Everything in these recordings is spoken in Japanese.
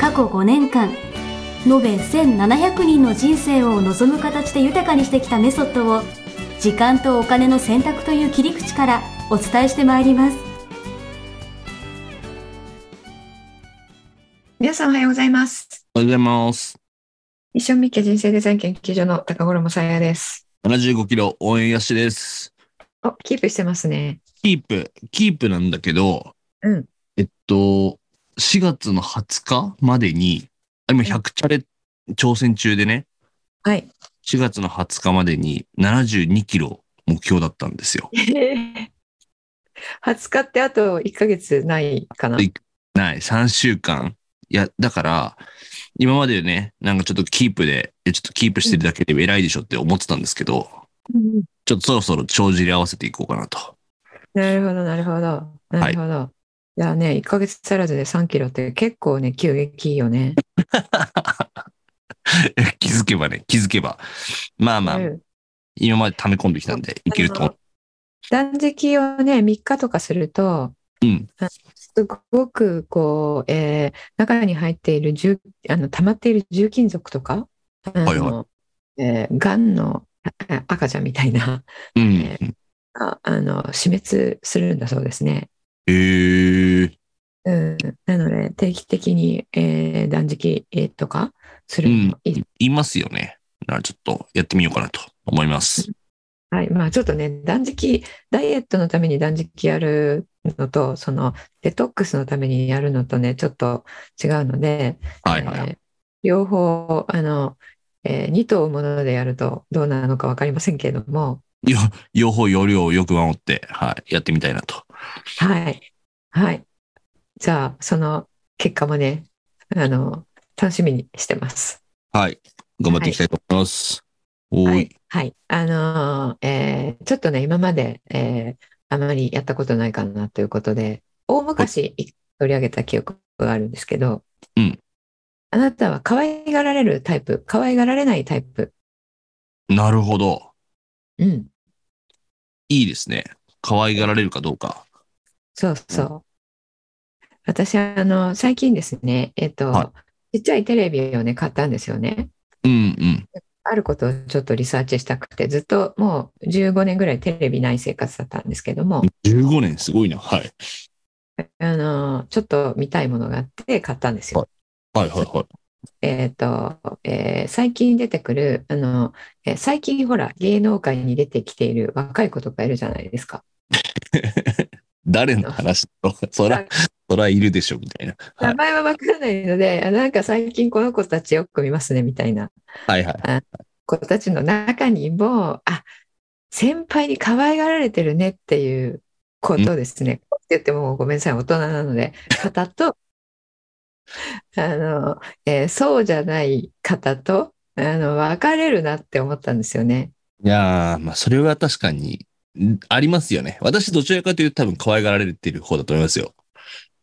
過去5年間延べ1700人の人生を望む形で豊かにしてきたメソッドを時間とお金の選択という切り口からお伝えしてまいります皆さんおはようございます。おはようございます。一生みっけ人生デザイン研究所の高頃もさやです。 75キロ応援やしです。お、キープしてますね。キープ、キープなんだけど、うんえっと、4月の20日までに、あ今100チャレ挑戦中でね、 はい。 4月の20日までに72キロ目標だったんですよ。 20日ってあと1ヶ月ないかな。いない、3週間。いや、だから、今までね、なんかちょっとキープで、えちょっとキープしてるだけで偉いでしょって思ってたんですけど、うんちょっとそろそろ帳尻合わせていこうかなと。なるほど、なるほど。なるほど。いやね、1ヶ月足らずで3キロって結構ね、急激いいよね。気づけばね、気づけば。まあまあ、うん今まで溜め込んできたんで、いけると思う。断食をね、3日とかすると、うんすごくこう、えー中に入っている重あの溜まっている重金属とか、あのはいえーがんのあ赤ちゃんみたいなうん。ああの死滅するんだそうですね。へえー。うん、なので定期的に、えー断食えーとかすうるんのいい、。言いますよね。だからちょっとやってみようかなと思います。はいまあ、ちょっとね断食ダイエットのために断食やるのとそのデトックスのためにやるのとねちょっと違うので、はいはい。えー両方あの、え2頭ものでやるとどうなのか分かりませんけれども、よ、両方要領をよく守って、はい、やってみたいなと。はい。はい。じゃあ、その結果もね、あの、楽しみにしてます。はい。頑張っていきたいと思います。おー。はいい。はい。あのーえーちょっとね、今まで、えーあまりやったことないかなということで、大昔一回取り上げた記憶があるんですけど、うんあなたは可愛がられるタイプ、可愛がられないタイプ。なるほど。うん。いいですね。可愛がられるかどうか。そうそう。私、あの、最近ですね、えっと、はちっちゃいテレビをね、買ったんですよね。うんうん。あることをちょっとリサーチしたくて、ずっともう15年ぐらいテレビない生活だったんですけども、 15年すごいな。はい。あのーちょっと見たいものがあって買ったんですよ。はいはいはい。えっ、と、えー最近出てくる、あのーえー最近ほら、芸能界に出てきている若い子とかいるじゃないですか。 誰の話と、そら、そらいるでしょ、みたいな。は名い前はわからないので、あなんか最近この子たちよく見ますね、みたいなはいはい。子たちの中にも、あ、先輩に可愛がられてるねっていうことですね。って言ってもごめんなさい、大人なので、方と、あの、えーそうじゃない方と、あの、別れるなって思ったんですよね。いやー、まあ、それは確かに、んありますよね。私、どちらかというと多分可愛がられてる方だと思いますよ。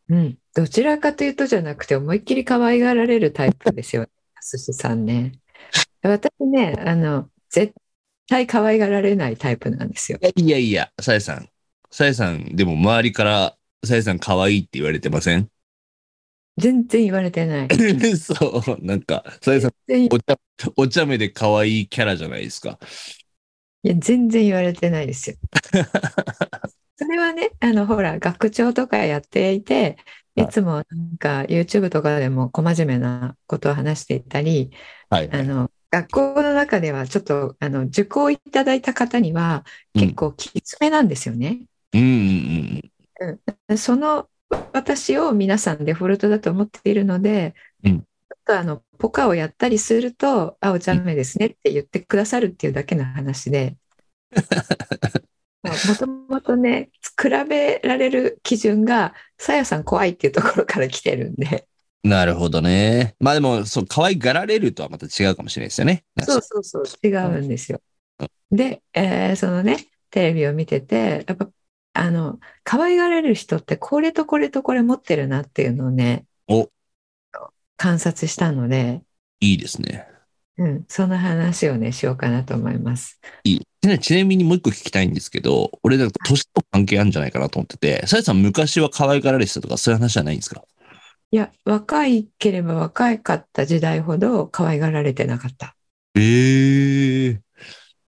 うん。どちらかというとじゃなくて、思いっきり可愛がられるタイプですよ。すしさんね。私ね、あの、絶対可愛がられないタイプなんですよ。いやいやいや、さえさん。さえさん、でも周りから、さえさん可愛いって言われてません 全然言われてない。そう、なんか、さえさん、全然お茶、お茶目で可愛いキャラじゃないですか。いや、全然言われてない ですよ。それはね、あの、ほら、学長とかやっていて、はいいつもなんか YouTube とかでも小真面目なことを話していたり、はい。あの、学校の中ではちょっと、あの、受講いただいた方にはうん結構きつめなんですよね。うんうんその私を皆さんデフォルトだと思っているので、うちょんっとあの、ポカをやったりすると、あ、お茶目ですねって言ってくださるっていうだけの話 で、もともとね、比べられる基準が、さやさん怖いっていうところから来てるんで、なるほどね。まあでも、そう、可愛がられるとはまた違うかもしれないですよね。そうそうそう、違うんですよ。で、えーそのね、テレビを見てて、やっぱ、あの、可愛がられる人って、これとこれとこれ持ってるなっていうのをね、お観察したので、いいですね。うん、その話をね、しようかなと思います。いい。ちなちなみにもう一個聞きたいんですけど、俺、だと年と関係あるんじゃないかなと思ってて、さやさん昔は可愛がられてたとかそういう話じゃないんですかいや、若いければ若かった時代ほど可愛がられてなかった。ええ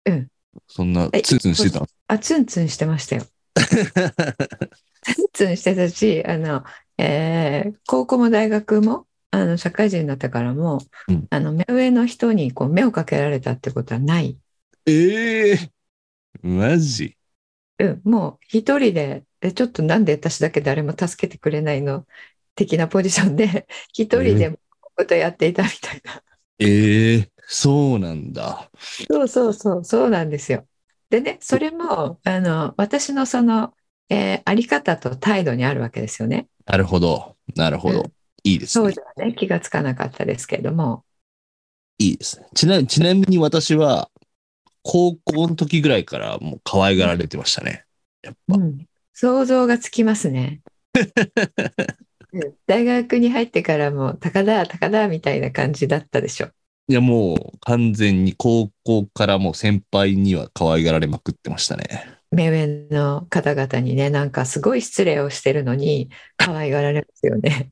うん。そんな、えツンツンしてたのあ、ツンツンしてましたよ。ツンツンしてたし、あの、えー高校も大学も、あの、社会人になったからも、うんあの、目上の人にこう目をかけられたってことはない。 ええマジうん、もう一人で、え、ちょっとなんで私だけ誰も助けてくれないの的なポジションで、 一人でことやっていたみたいな。ええそうなんだ。そうそうそう、そうなんですよ。でね、それも、あの、私のその、えーあり方と態度にあるわけですよね。なるほど。なるほど。うんいいです当ね時。はね、気がつかなかったですけれども、いいですね。ちなちなみに私は、高校の時ぐらいからもう可愛がられてましたね。やっぱ。うん想像がつきますね。うん大学に入ってからも、高田、高田みたいな感じだったでしょ。いや、もう完全に高校からもう先輩には可愛がられまくってましたね。 目上の方々にね、なんかすごい失礼をしてるのに、可愛がられますよね。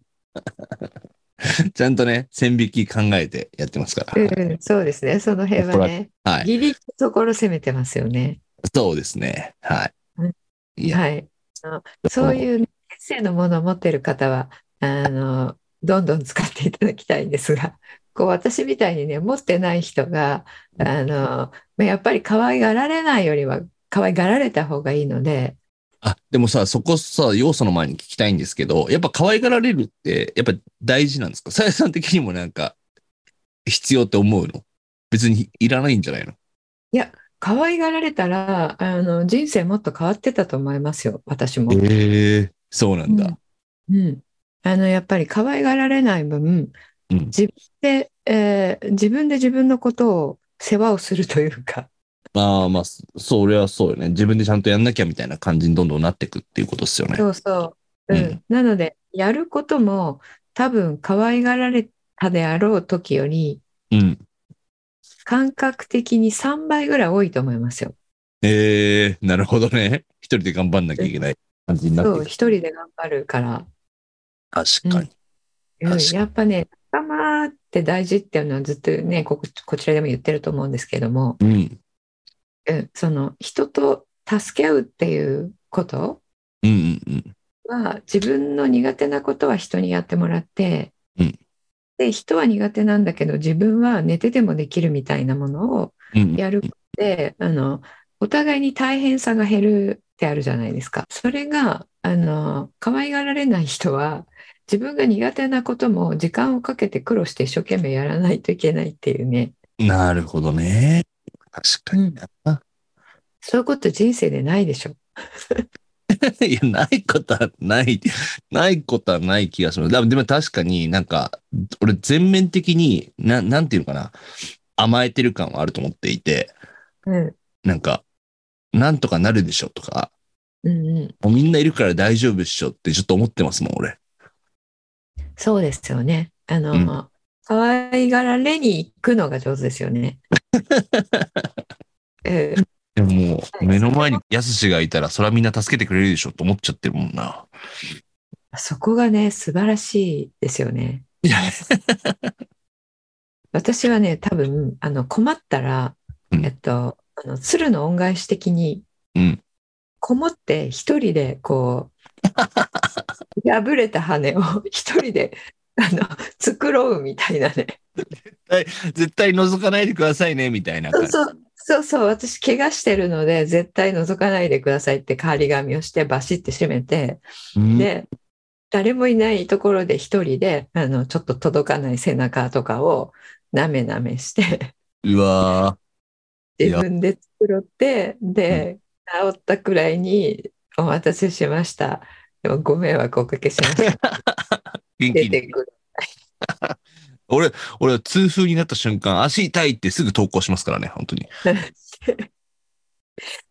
ちゃんとね、線引き考えてやってますかうら。ん、そうですね。その辺はね、はい。ギリギリのところ攻めてますよね。そうですね。はうんい。いや、はい。あのそういうねエッセイのものを持ってる方は、あの、どんどん使っていただきたいんですが、 こう私みたいにね、持ってない人が、あの、まあやっぱり可愛がられないよりは、可愛がられた方がいいので、あ、でもさ、そこさ、要素の前に聞きたいんですけど、やっぱ可愛がられるって、やっぱ大事なんですかさやさん的にもなんか、必要って思うの別にいらないんじゃないの可愛がられたら、あの、人生もっと変わってたと思いますよ、私も。ええそうなんだ。うん。あの、やっぱり可愛がられない分、うん自分で、えー自分で自分のことを世話をするというか、まあまあ、そそれはそうよね。自分でちゃんとやんなきゃみたいな感じにどんどんなっていくっていうことですよね。そうそう。うん。うんなので、やることも多分可愛がられたであろう時より、うん。感覚的に3倍ぐらい多いと思いますよ。ええなるほどね。一人で頑張んなきゃいけない感じになそう、って一いく。人で頑張るから。確かに。うん確かにやっぱね、仲間って大事っていうのはずっとね、こここちらでも言ってると思うんですけども、うん。うん、その人と助け合うっていうことうんうんうん。は自分の苦手なことは人にやってもらって、うんで人は苦手なんだけど自分は寝ててもできるみたいなものをうんうん。やることで、あのお互いに大変さが減るってあるじゃないですか。それがあの可愛がられない人は自分が苦手なことも時間をかけて苦労して一生懸命やらないといけないっていうねなるほどね。確かにな。 そういうこと人生でないでしょ。いや、ないことはない、ないことはない気がする。でもでも確かになんか、俺全面的に、ななんていうのかな、甘えてる感はあると思っていて、うんなんか、なんとかなるでしょとか、うんうん、もうみんないるから大丈夫っしょってちょっと思ってますもん、俺。そうですよね。あの、うん可愛がられに行くのが上手ですよね。うんでももう、はい目の前にやすしがいたら、それはみんな助けてくれるでしょって思っちゃってるもんな。そこがね、素晴らしいですよね。いや、 私はね、多分、あの、困ったら、うんえっと、あの、鶴の恩返し的に、うんこもって一人で、こ う、破れた羽を一人で、あの、繕うみたいなね。絶対覗かないでくださいね、みたいなそ感うじ。そう、そうそう、私、怪我してるので、絶対覗かないでくださいって、代わり紙をして、バシって閉めて、うんで、誰もいないところで一人で、あの、ちょっと届かない背中とかを、なめなめして、うわ自分で繕って、で、治ったくらいに、お 待たせしました。でもご迷惑おかけしました。 ー元出気てにくる。俺、俺は痛風になった瞬間、足痛いってすぐ投稿しますからね、本当に。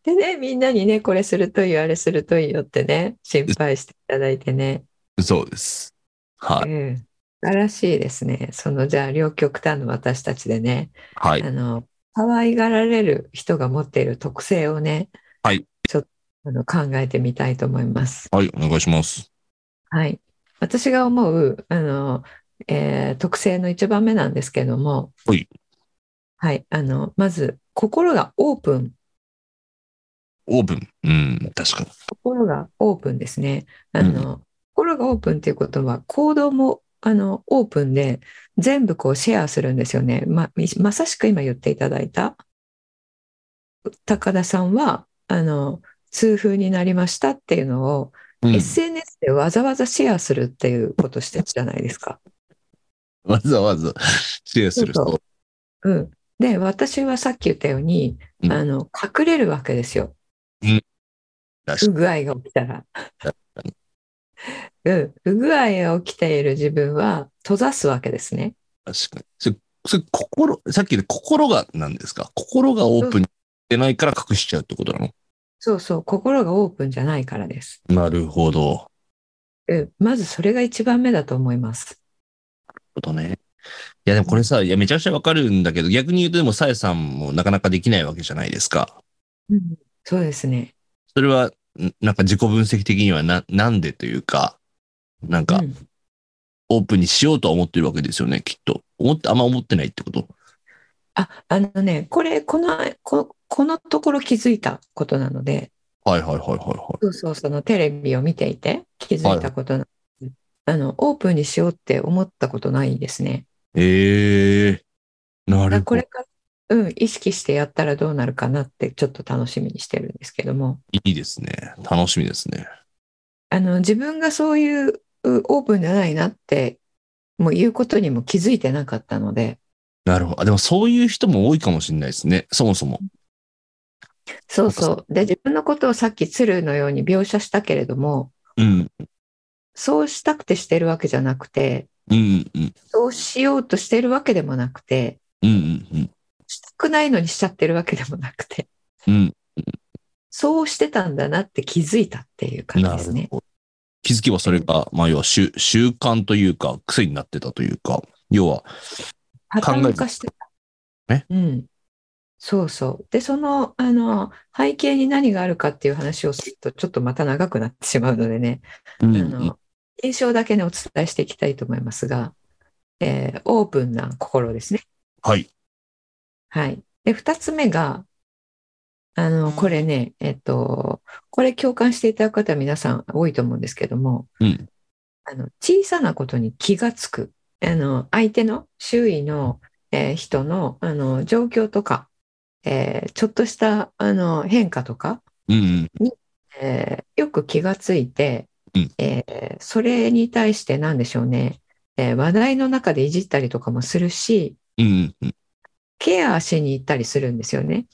でね、みんなにね、これするといいよ、あれするといいよってね、心配していただいてね。そうです。はうい。ん。素晴らしいですね。その、じゃあ、両極端の私たちでね、はいあ。の、可愛がられる人が持っている特性をね、はい。ちょっとあの考えてみたいと思います。はい、お願いします。はい。私が思う、あの、えー特性の一番目なんですけども、はい。はい。あの、まず、心がオープン。オーブン。うん、確かに。心がオープンですね。あの、心がオープンっていうことは、行動も、あの、オープンで、全部こうシェアするんですよね。ま、まさしく今言っていただいた、高田さんは、あの、痛風になりましたっていうのを、うん SNS でわざわざシェアするっていうことしてるじゃないですか。わざわざシェアする。そうそううん、で私はさっき言ったように、うんあの隠れるわけですよ、うん確か不具合が起きたら。うん、不具合が起きている自分は閉ざすわけですね。確かに。それ、それ心、さっきで心がなんですか心がオープンにしてないから隠しちゃうってことなのそうそう心がオープンじゃないからです。なるほど。なるうん、まずそれが一番目だと思います。ほどね。いや、でもこれさ、いや、めちゃくちゃわかるんだけど、逆に言うと、でも、さえさんもなかなかできないわけじゃないですか。うん、そうですね。それは、んなんか自己分析的にはな、なんでというか、なんかう、んオープンにしようとは思ってるわけですよね、きっと。思って、あんま思ってないってこと。ああのねこれこのここのところ気づいたことなので、はいはいはいはいはそうそう、そのテレビを見ていて気づいたことな、あの、オープンにしようって思ったことないですね。い。ええー、なだからるこほどれ。から、うん、意識してやったらどうなるかなってちょっと楽しみにしてるんですけども、いいですね。楽しみですね。あの、自分がそういううオープンじゃないなって、もう言うことにも気づいてなかったので、なるほど。あでもそういう人も多いかもしれないですね。そもそも。そうそう。で、自分のことをさっき鶴のように描写したけれども、うん。そうしたくてしてるわけじゃなくて、うんうんそうしようとしてるわけでもなくて、うんうんうんしたくないのにしちゃってるわけでもなくて、うん。そうしてたんだなって気づいたっていううん。感じなでるすね。ほど。気づけばそれが、まあ要は習習慣というか、癖になってたというか、要は、パタ考えーン化してた。ねうん。そうそう。で、その、あの、背景に何があるかっていう話をすると、ちょっとまた長くなってしまうのでね、うんあうんの、印象だけね、お伝えしていきたいと思いますが、えーオープンな心ですね。はい。はい。で、二つ目が、あの、これね、えっと、これ共感していただく方は皆さん多いと思うんですけども、うんあの、小さなことに気がつく。あの、相手の、周囲の、えー人の、あの、状況とか、えーちょっとした、あの、変化とか、うんうん。えーよく気がついて、うんえーそれに対して何でしょうね、えー話題の中でいじったりとかもするし、うんうんうん。ケアしに行ったりするんですよね。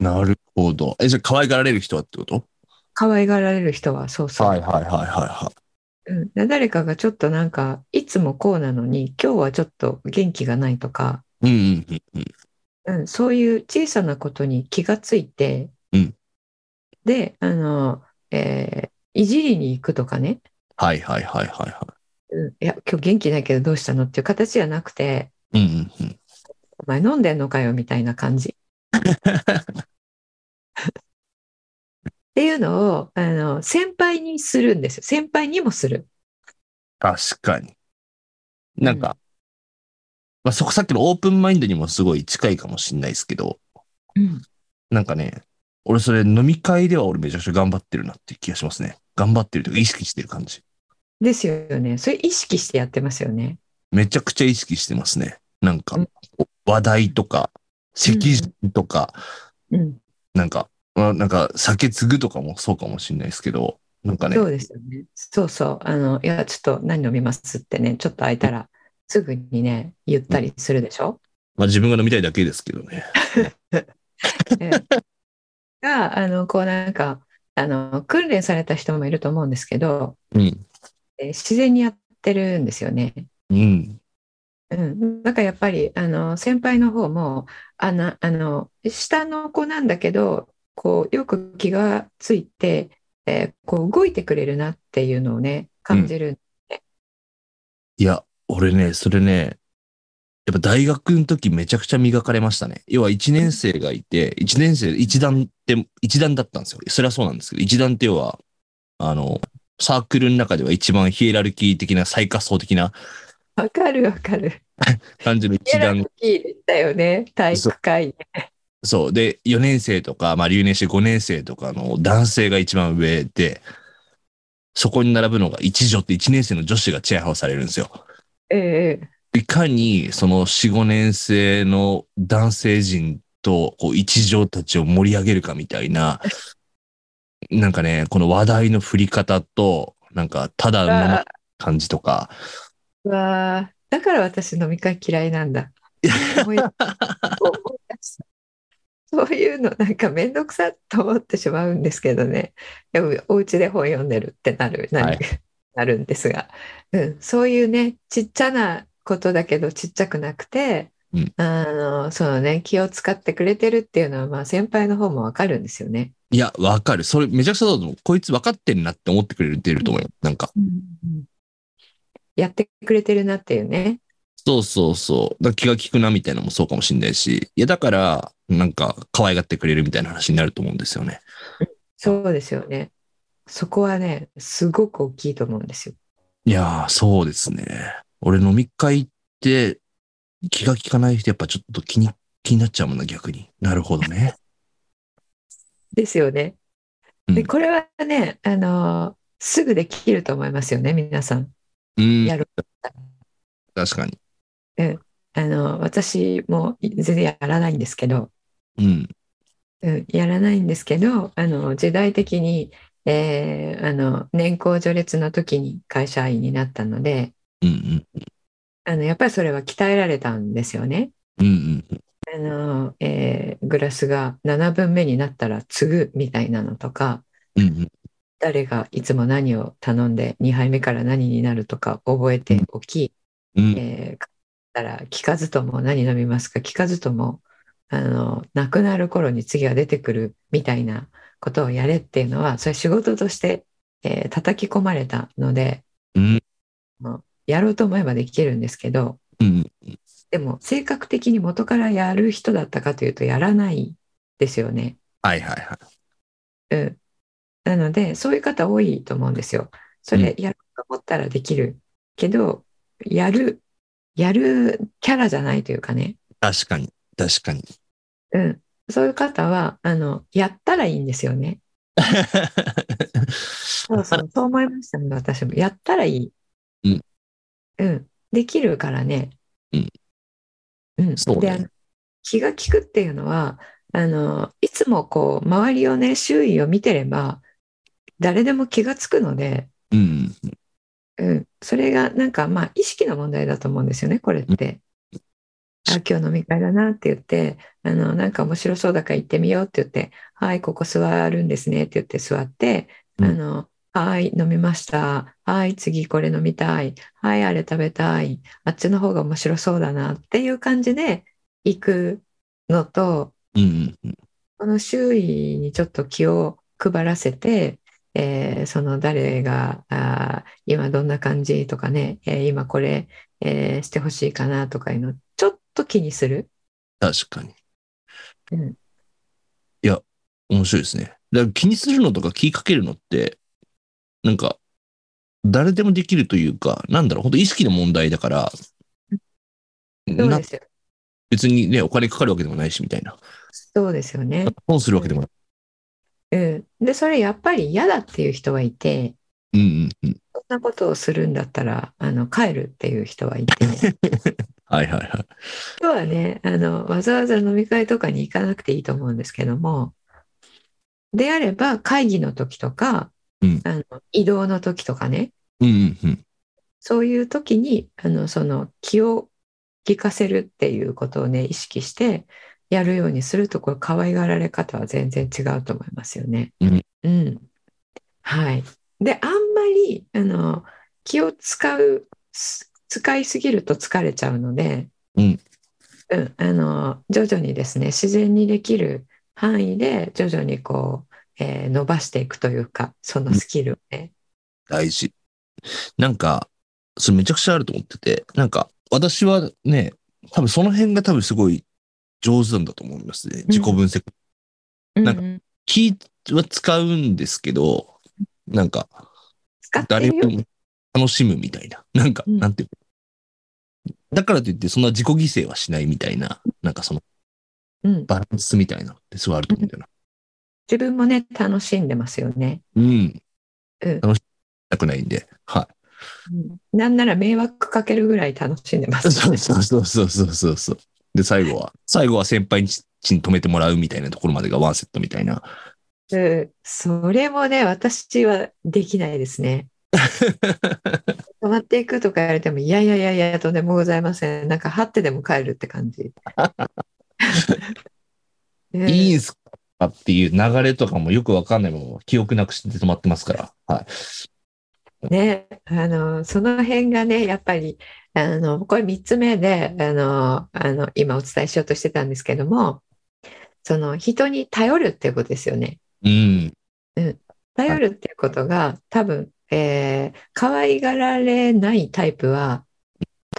なるほど。え、じゃあ可愛がられる人はってこと可愛がられる人はそうそう、はいはいはいはいはうん、で誰かがちょっとなんかいつもこうなのに今日はちょっと元気がないとか、い。うんうんうんうん。うん、そういう小さなことに気がついて、うんであの、えーいじりに行くとかね、はいはいはいはいはうん、いや今日元気ないけどどうしたのっていう形じゃなくてい。うんうんうん。お前飲んでんのかよみたいな感じ。っていうのをあの先輩にするんですよ先輩にもする。確かに。なんか、まあ、そこさっきのオープンマインドにもすごい近いかもしれないですけど、うんなんかね、俺それ飲み会では俺めちゃくちゃ頑張ってるなっていう気がしますね。頑張ってるというか意識してる感じ。ですよねそれ意識してやってますよね。めちゃくちゃ意識してますね。なんかうん、話題とか、席順とか、うんなんか、まあ、なんか酒継ぐとかもそうかもしれないですけど、なんかねそ、うですよね。そうそう。あの、いや、ちょっと何飲みますってね、ちょっと空いたら、すぐにね、言ったりするでしょ、まあ自分が飲みたいだけですけどね。 ええが、あの、こうなんか、あの、訓練された人もいると思うんですけど、うん。えー自然にやってるんですよね。うん。うん、なんかやっぱりあの先輩の方もあのあの下の子なんだけどこうよく気がついて、えーこう動いてくれるなっていうのをね感じる、いや、俺ね、それね、やっぱ大学の時めちゃくちゃ磨かれましたね。要は1年生がいて、1年生、一段って、一段だったんですよ。それはそうなんですけど、一段って要は、あの、サークルの中では一番ヒエラルキー的な、最下層的なわ、かるわかる感じのヒエ一ラ段ルキーだよね体育会そう。で、4年生とか、まあ留年して5年生とかの男性が一番上で、そこに並ぶのが一女って1年生の女子がチェアハウされるんですよ。えいかにその4、5年生の男性陣とこう一条たちを盛り上げるかみたいな、なんかね、この話題の振り方と、なんかただえのまま感じとか、うわーだから私飲み会嫌いなん だ。思い思い出したそういうのなんかめんどくさと思ってしまうんですけどね。でもお家で本読んでるってなる、なはいなるんですが、うん、そういうね、ちっちゃなことだけどちっちゃくなくて、うんあのそのね、気を使ってくれてるっていうのは、まあ、先輩の方もわかるんですよね。いや、わかる。それめちゃくちゃだと思う。こいつ分かってんなって思ってくれてると思うよ。なんか、やってくれてるなっていうね。そうそうそう。だから気が利くなみたいなのもそうかもしれないし、いや、だから、なんか可愛がってくれるみたいな話になると思うんですよね。そうですよね。そこはね、すごく大きいと思うんですよ。いやー、そうですね。俺飲み会って気が利かない人やっぱちょっと気に、気になっちゃうもんな、逆に。なるほどね。ですよね。うんでこれはね、あのーすぐできると思いますよね皆さん。うん。やる確かに。あのー私も全然やらないんですけど、うん。うん、やらないんですけどあのー時代的に、えーあの年功序列の時に会社員になったのでうんあのやっぱりそれは鍛えられたんですよね。うん。うんうん。あのーえーグラスが7分目になったら継ぐみたいなのとかうんうん。誰がいつも何を頼んで2杯目から何になるとか覚えておき、うん。えー買ったら聞かずとも何飲みますか聞かずともあの亡くなる頃に次は出てくるみたいなことをやれっていうのはそれ仕事として、えー叩き込まれたのでうん。やろうと思えばできるんですけどうん。でも性格的に元からやる人だったかというとやらないですよね。はいはいはうん、なのでそういう方多いと思うんですよ。それやろうと思ったらできるけどやるやるキャラじゃないというかね。い。確かに。確 かに。うん、そういう方はあのやったらいいんですよね。そうそう、そう思いましたね、私も。やったらいい。うん。うん、できるからね。うん。うん、そうねであの気が利くっていうのはあの、いつもこう、周りをね、周囲を見てれば、誰でも気がつくので、うん。うん、それがなんかまあ意識の問題だと思うんですよねこれって。あ今日飲み会だなって言ってあのなんか面白そうだから行ってみようって言って「はいここ座るんですね」って言って座って「うんあのはい飲みました」「はい次これ飲みたい」「はいあれ食べたい」「あっちの方が面白そうだな」っていう感じで行くのとうん。この周囲にちょっと気を配らせて、えーその誰があー今どんな感じとかね、えー今これ、えーしてほしいかなとかいうのちょっと気にする。確かに。うんいや、面白いですね。だから気にするのとか気かけるのって、なんか、誰でもできるというか、なんだろう、本当意識の問題だから、そうなですよ。別にね、お金かかるわけでもないし、みたいな。そうですよね。損するわけでもない。うん。で、それやっぱり嫌だっていう人はいて、うんうんうそん。んなことをするんだったら、あの、帰るっていう人はいて、はいはいはい。今日はねあのわざわざ飲み会とかに行かなくていいと思うんですけどもであれば会議の時とか、うんあの移動の時とかねうんうんうん。そういう時にあのその気を利かせるっていうことをね意識してやるようにするとこれ可愛がられ方は全然違うと思いますよね。うんはい、であんまりあの気を使うす使いすぎると疲れちゃうので、うんうんあの徐々にですね自然にできる範囲で徐々にこう、えー伸ばしていくというかそのスキルをね。大事。なんか、それめちゃくちゃあると思ってて、なんか、私はね、多分その辺が多分すごい上手なんだと思いますね。自己分析。なんかうんうん気は使うんですけど、なんか、使ってる誰よよりも楽しむみたいな。なんか、うんなんていうのだからといって、そんな自己犠牲はしないみたいな、なんかそのうん、バランスみたいなのってすごいあると思うんだよな。自分もね楽しんでますよね。うん。うん楽しなくないんで。はなんなら迷惑かけるぐらい楽しんでまい。す。そうそうそうそうそうそうそう。で、最後は、最後は先輩にちちに止めてもらうみたいなところまでがワンセットみたいな。うんそれもね私はできないです ね。止まっていくとか言われてもいやいやいやいやとんでもございませんなんか張ってでも帰るって感 じ。うんいいんすかっていう流れとかもよくわかんないまま記憶なくして止まってますから。はい。ね、あのその辺がねやっぱりあのこれ3つ目であのあの今お伝えしようとしてたんですけどもその人に頼るっていうことですよね。うん。頼るっていうことが多分、えー、可愛がられないタイプは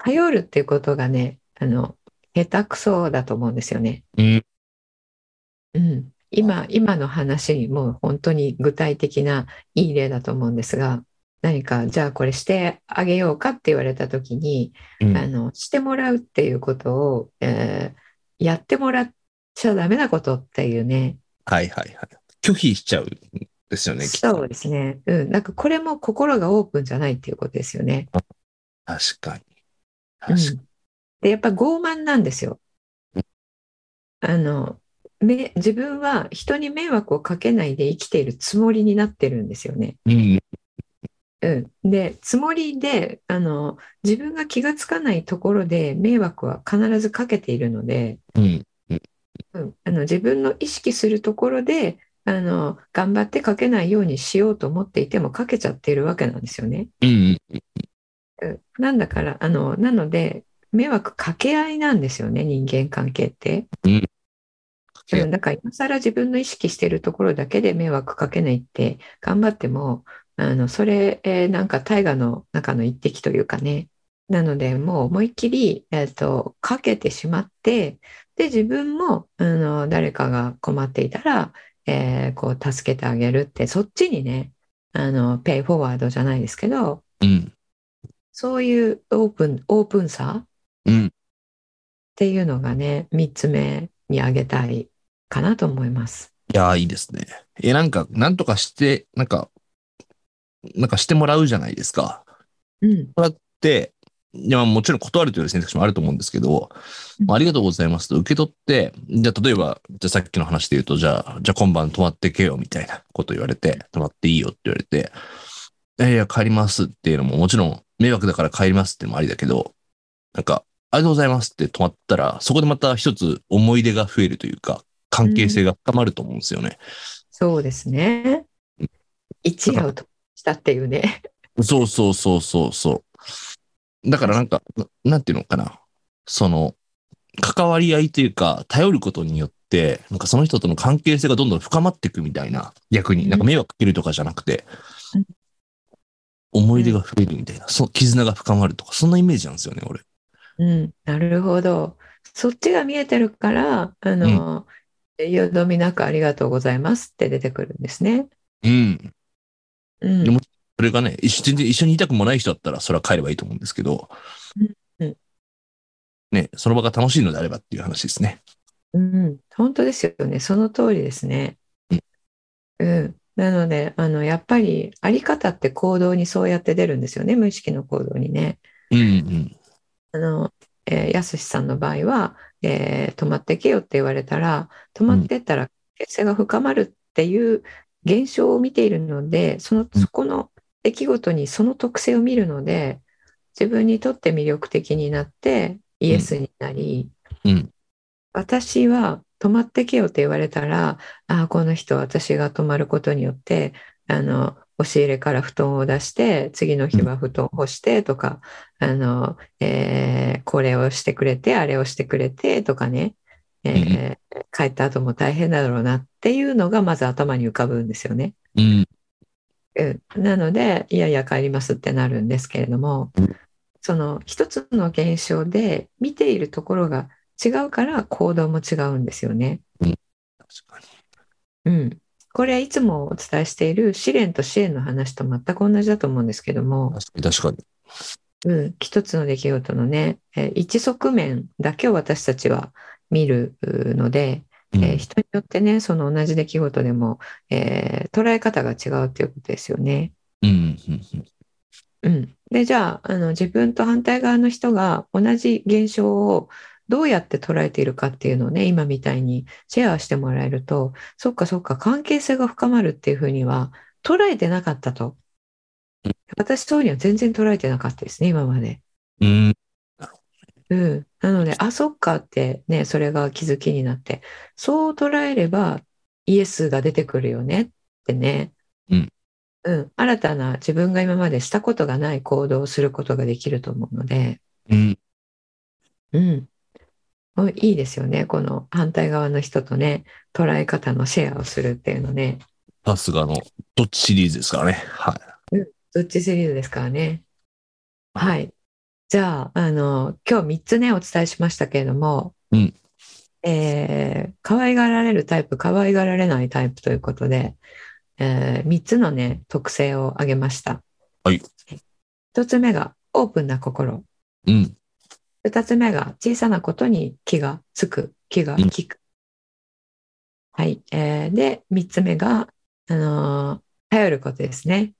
頼るっていうことがねあの下手くそだと思うんですよね。うん。うん、今今の話にもう本当に具体的ないい例だと思うんですが何かじゃあこれしてあげようかって言われた時に、うんあのしてもらうっていうことを、えーやってもらっちゃダメなことっていうねはいはいはい。拒否しちゃうんですよね、きっとそうですね、うん、なんかこれも心がオープンじゃないっていうことですよね。確かに。う確んかに。でやっぱ傲慢なんですよ。あのめ自分は人に迷惑をかけないで生きているつもりになってるんですよね。うん。うん、でつもりであの自分が気がつかないところで迷惑は必ずかけているので、うん。うん、あの自分の意識するところであの頑張ってかけないようにしようと思っていてもかけちゃっているわけなんですよね。うん。うん、なんだからあのなので迷惑かけ合いなんですよね人間関係って。うんうん、だから今更自分の意識してるところだけで迷惑かけないって頑張ってもあのそれ、えーなんか大河の中の一滴というかねなのでもう思いっきり、えー、とかけてしまってで自分もあの誰かが困っていたら、えーこう助けてあげるってそっちにねあのペイフォワードじゃないですけどうん。そういうオープンオープンさっうん。ていうのがね3つ目に挙げたいかなと思います。いやー、いいですね。え、なんか、なんとかして、なんか、なんかしてもらうじゃないですか。うんで、いや、まあもちろん断るという選択肢もあると思うんですけど、うんまあ、ありがとうございますと受け取って、じゃあ例えば、じゃあさっきの話で言うと、じゃあ、じゃあ今晩泊まってけよみたいなこと言われて、泊まっていいよって言われて、いやいや、帰りますっていうのももちろん迷惑だから帰りますっていうのもありだけど、なんか、ありがとうございますって泊まったら、そこでまた一つ思い出が増えるというか、関係性が深まると思うんですよね。そうですねう。一夜をとしたっていうね。そうそうそうそうそう。だからなんか、ななんていうのかな。その、関わり合いというか、頼ることによって、なんかその人との関係性がどんどん深まっていくみたいな、逆に、うんなんか迷惑かけるとかじゃなくてうん、思い出が増えるみたいな、その絆が深まるとか、そんなイメージなんですよね、俺。うん、なるほど。そっちが見えてるから、あの、よどみなくありがとうございますって出てくるんですね。うん。うんでもそれがね、一緒全然一緒にいたくもない人だったら、それは帰ればいいと思うんですけどうんうん、ね、その場が楽しいのであればっていう話ですね。うん、本当ですよね。その通りですねうん。うん。なので、あの、やっぱり、あり方って行動にそうやって出るんですよね。無意識の行動にね。うんうん。あの、えーやすしさんの場合は、えー泊まってけよって言われたら、泊まってったら関係性が深まるっていう現象を見ているので、その、うんそこの出来事にその特性を見るので、自分にとって魅力的になって、イエスになり、うん私は泊まってけよって言われたら、ああ、この人、私が泊まることによって、あの、押し入れから布団を出して、次の日は布団を干してとか、あの、えーこれをしてくれて、あれをしてくれてとかね、えー帰った後も大変だろうなっていうのがまず頭に浮かぶんですよね。うん。うんなので、いやいや帰りますってなるんですけれどもうん、その一つの現象で見ているところが違うから行動も違うんですよね。確かに。うん。これはいつもお伝えしている試練と支援の話と全く同じだと思うんですけども、確かに。確かに。うん、一つの出来事のね、えー一側面だけを私たちは見るうので、うんえー人によってね、その同じ出来事でも、えー捉え方が違うということですよね。うん。うんうんうん、でじゃああの自分と反対側の人が同じ現象をどうやって捉えているかっていうのをね今みたいにシェアしてもらえるとそっかそっか関係性が深まるっていうふうには捉えてなかったとう私そうには全然捉えてなかったですね今まで。うん。うん、なのであそっかってねそれが気づきになってそう捉えればイエスが出てくるよねってね、うんうん、新たな自分が今までしたことがない行動をすることができると思うので、うん。うん、もういいですよねこの反対側の人とね捉え方のシェアをするっていうのねさすがの、どっちシリーズですからね。はい。どっちシリーズですからね。はい。じゃあ、あの、今日3つね、お伝えしましたけれども、うんえー可愛がられるタイプ、可愛がられないタイプということで、え3つのね、特性を挙げました。はい。 1つ目が、オープンな心。うん。 2つ目が、小さなことに気がつく、気が利く。はい。えーで、3つ目が、あのー頼ることですね。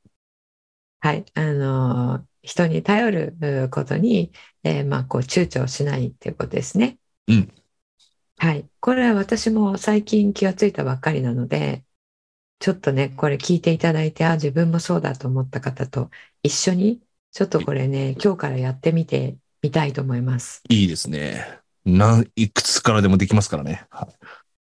はい。あのー人に頼るうーことに、えーまあ、こう、躊躇しないっていうことですね。うんはい。これは私も最近気がついたばっかりなので、ちょっとね、これ聞いていただいて、あ、自分もそうだと思った方と一緒に、ちょっとこれね、今日からやってみてみたいと思います。いいですね。なん、いくつからでもできますからね。は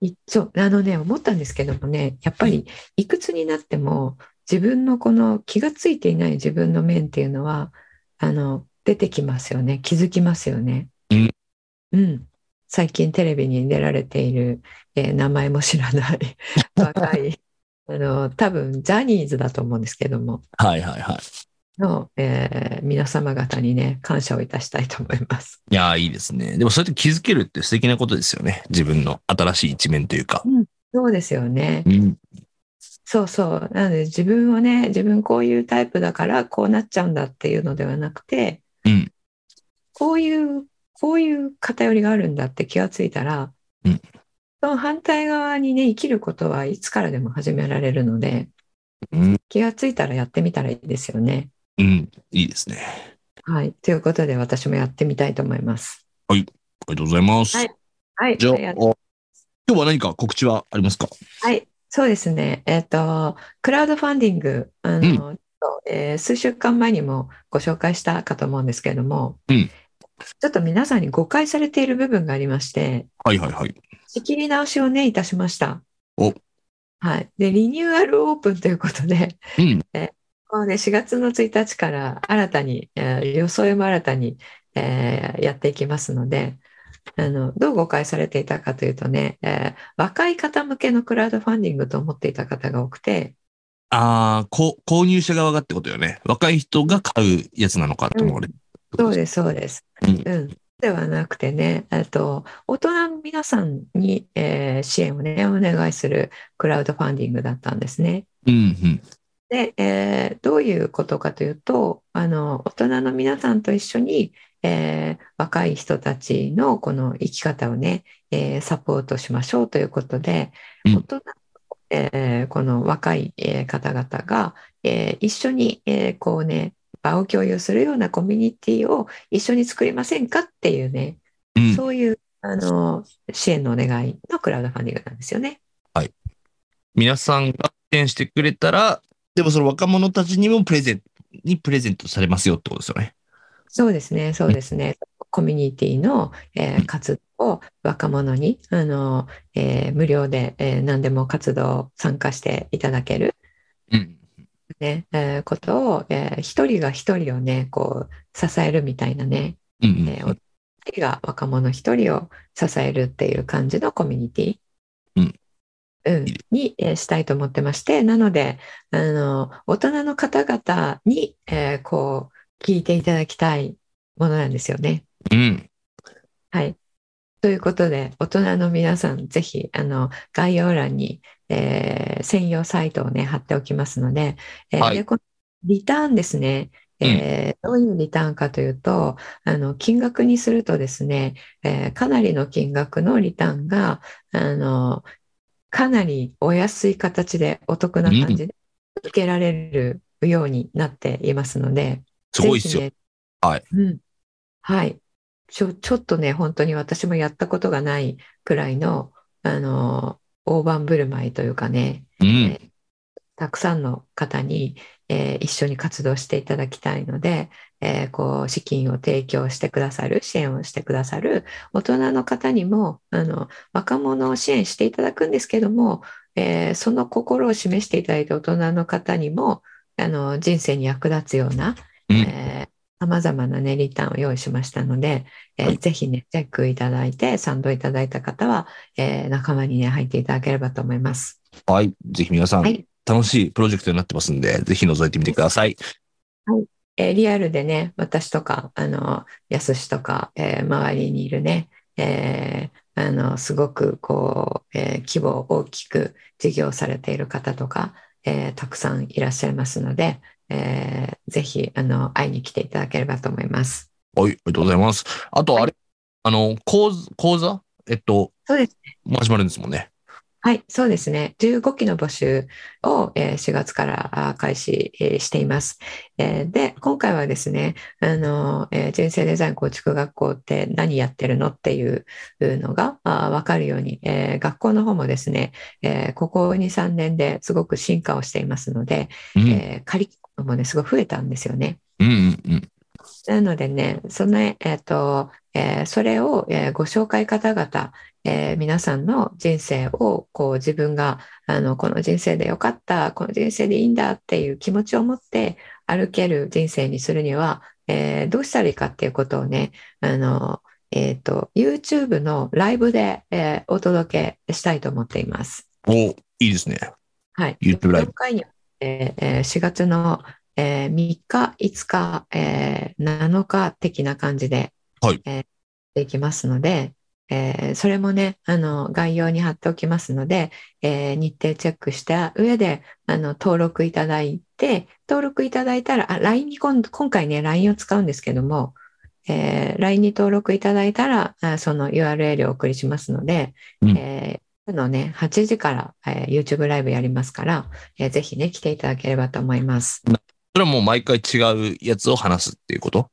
いそう、あのね、思ったんですけどもね、やっぱりいくつになっても自分のこの気がついていない自分の面っていうのは、あの、出てきますよね。気づきますよね。うん。うん。最近テレビに出られている、えー名前も知らない 若い、あの、多分ジャニーズだと思うんですけども、はいはいはい。の、えー皆様方にね、感謝をいたしたいと思います。いやー、いいですね。でも、そうやって気づけるって素敵なことですよね。自分の新しい一面というか。そうですよね。うん。そうそう。なので自分をね、自分こういうタイプだからこうなっちゃうんだっていうのではなくて、うんこういう、こういう偏りがあるんだって気がついたら、うんその反対側にね、生きることはいつからでも始められるので、うん。気がついたらやってみたらいいですよね。うん。いいですね。はい。ということで私もやってみたいと思います。ありがとうございます。はいはい。じゃあ、ありがとう今日は何か告知はありますかはい、そうですね。えっと、クラウドファンディング、あの、うちょっんとえー数週間前にもご紹介したかと思うんですけれども、うんちょっと皆さんに誤解されている部分がありまして、はいはいはい。仕切り直しをね、いたしました。おはい。で、リニューアルオープンということで、うん。もうね、4月の1日から新たに、えー、装いも新たに、えーやっていきますので、あの、どう誤解されていたかというとね、えー若い方向けのクラウドファンディングと思っていた方が多くて、ああ、こ購入者側がってことよね。若い人が買うやつなのかって思われる。そうです、そうです。うんうん。ではなくてね、えっと、大人の皆さんに、えー支援をね、お願いするクラウドファンディングだったんですね。うんうん。で、えーどういうことかというと、あの、大人の皆さんと一緒に、えー若い人たちのこの生き方をね、えーサポートしましょうということで、うん大人、えーこの若いえー方々が、えー一緒に、えーこうね、場を共有するようなコミュニティを一緒に作りませんかっていうね、うん。そういう、あの、支援のお願いのクラウドファンディングなんですよね。皆さんが支援してくれたら、でもその若者たちにもプレゼント、にプレゼントされますよってことですよね。そうですね、そうですね。コミュニティの、えーうん活動を若者に、あの、えー無料で、えー何でも活動参加していただける、うん。ね、えーことを、えー一人が一人をね、こう、支えるみたいなね、うんうえーんお一人が若者一人を支えるっていう感じのコミュニティ、うんうんに、えーしたいと思ってましてなのであの大人の方々に、えーこう聞いていただきたいものなんですよね。うん。はい、ということで大人の皆さんぜひあの概要欄に、えー専用サイトをね貼っておきますので,、えーはいでこのリターンですね、えーどういうリターンかというとあの金額にするとですね、えーかなりの金額のリターンがあのかなりお安い形でお得な感じで受けられるようになっていますので。すごいですよ。ぜひねはい。うん。はい。ちょ、ちょっとね、本当に私もやったことがないくらいの、あの、大盤振る舞いというかね、うん。たくさんの方に、えー一緒に活動していただきたいので、えーこう、資金を提供してくださる、支援をしてくださる大人の方にも、あの、若者を支援していただくんですけども、えーその心を示していただいた大人の方にも、あの、人生に役立つような、うん。えー、様々なね、リターンを用意しましたので、えーはいぜひね、チェックいただいて、賛同いただいた方は、えー仲間にね、入っていただければと思います。はい。ぜひ皆さん、はい楽しいプロジェクトになってますんで、ぜひ覗いてみてください。えーリアルでね、私とか、あの、やすしとか、えー周りにいるね、えーあの、すごく、こう、えー規模を大きく事業されている方とか、えーたくさんいらっしゃいますので、えーぜひ、あの、会いに来ていただければと思います。はい。ありがとうございます。あと、あれ、あの、講座、講座えっと、そうです始まるんですもんね。はい、そうですね。15期の募集を、えー4月からあー開始、えーしています。えーで、今回はですね、あのーえー人生デザイン構築学校って何やってるのっていうのがあーわかるように、えー学校の方もですね、えーここ2、3年ですごく進化をしていますので、うん。えーカリキュラムもね、すごい増えたんですよね。うんうんうん。なのでね、その、えっと、えーそれを、えーご紹介方々、えー皆さんの人生を、こう自分が、あの、この人生でよかった、この人生でいいんだっていう気持ちを持って歩ける人生にするには、えーどうしたらいいかっていうことをね、あの、えっと、YouTube のライブで、えーお届けしたいと思っています。お、いいですね。はい。 YouTube ライブ4回に、えーえー4月の、えー3日、5日、えー7日的な感じで、はいえーできますので、えーそれもね、あの、概要に貼っておきますので、えー日程チェックした上で、あの、登録いただいて、登録いただいたら、あ、LINE に今、今回ね、LINE を使うんですけども、えー LINE に登録いただいたら、あその URL をお送りしますので、うんえーのね、8時から、えー YouTube ライブやりますから、えーぜひね、来ていただければと思います。それはもう毎回違うやつを話すっていうこと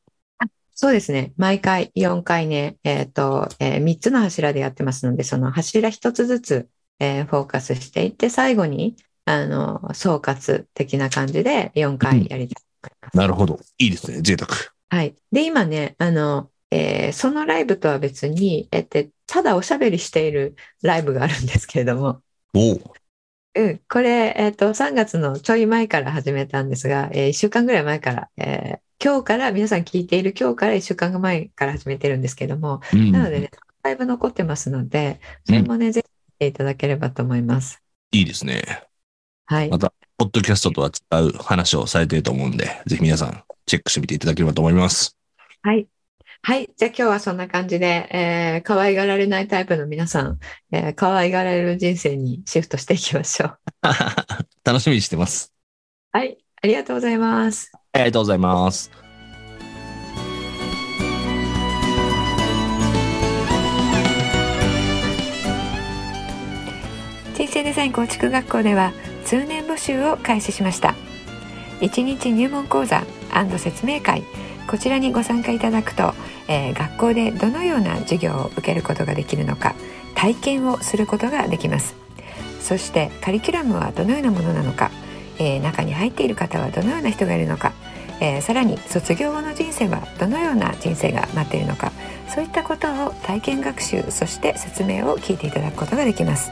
そうですね。毎回4回ね、えっ、と、え3つの柱でやってますので、その柱1つずつ、えーフォーカスしていって、最後に、あの、総括的な感じで4回やりたいと思います。なるほど。いいですね。贅沢。はい。で、今ね、あの、えーそのライブとは別に、えって、ただおしゃべりしているライブがあるんですけれども、おううん、これ、えっと、3月のちょい前から始めたんですが、え1週間ぐらい前から、えー今日から、皆さん聞いている今日から1週間前から始めてるんですけども、うんなのでね、だいぶ残ってますので、それもね、ぜひ見ていただければと思います。いいですね。はいま。ポッドキャストとは違う話をされていると思うんで、ぜひ皆さんチェックしてみていただければと思います。はい。はい。じゃあ今日はそんな感じで、えー可愛がられないタイプの皆さん、えー可愛がられる人生にシフトしていきましょう。楽しみにしてます。はい。ありがとうございます。ありがとうございます。人生デザイン構築学校では通年募集を開始しました1日入門講座説明会こちらにご参加いただくと、えー学校でどのような授業を受けることができるのか体験をすることができますそしてカリキュラムはどのようなものなのか、えー中に入っている方はどのような人がいるのか、えーさらに卒業後の人生はどのような人生が待っているのかそういったことを体験学習そして説明を聞いていただくことができます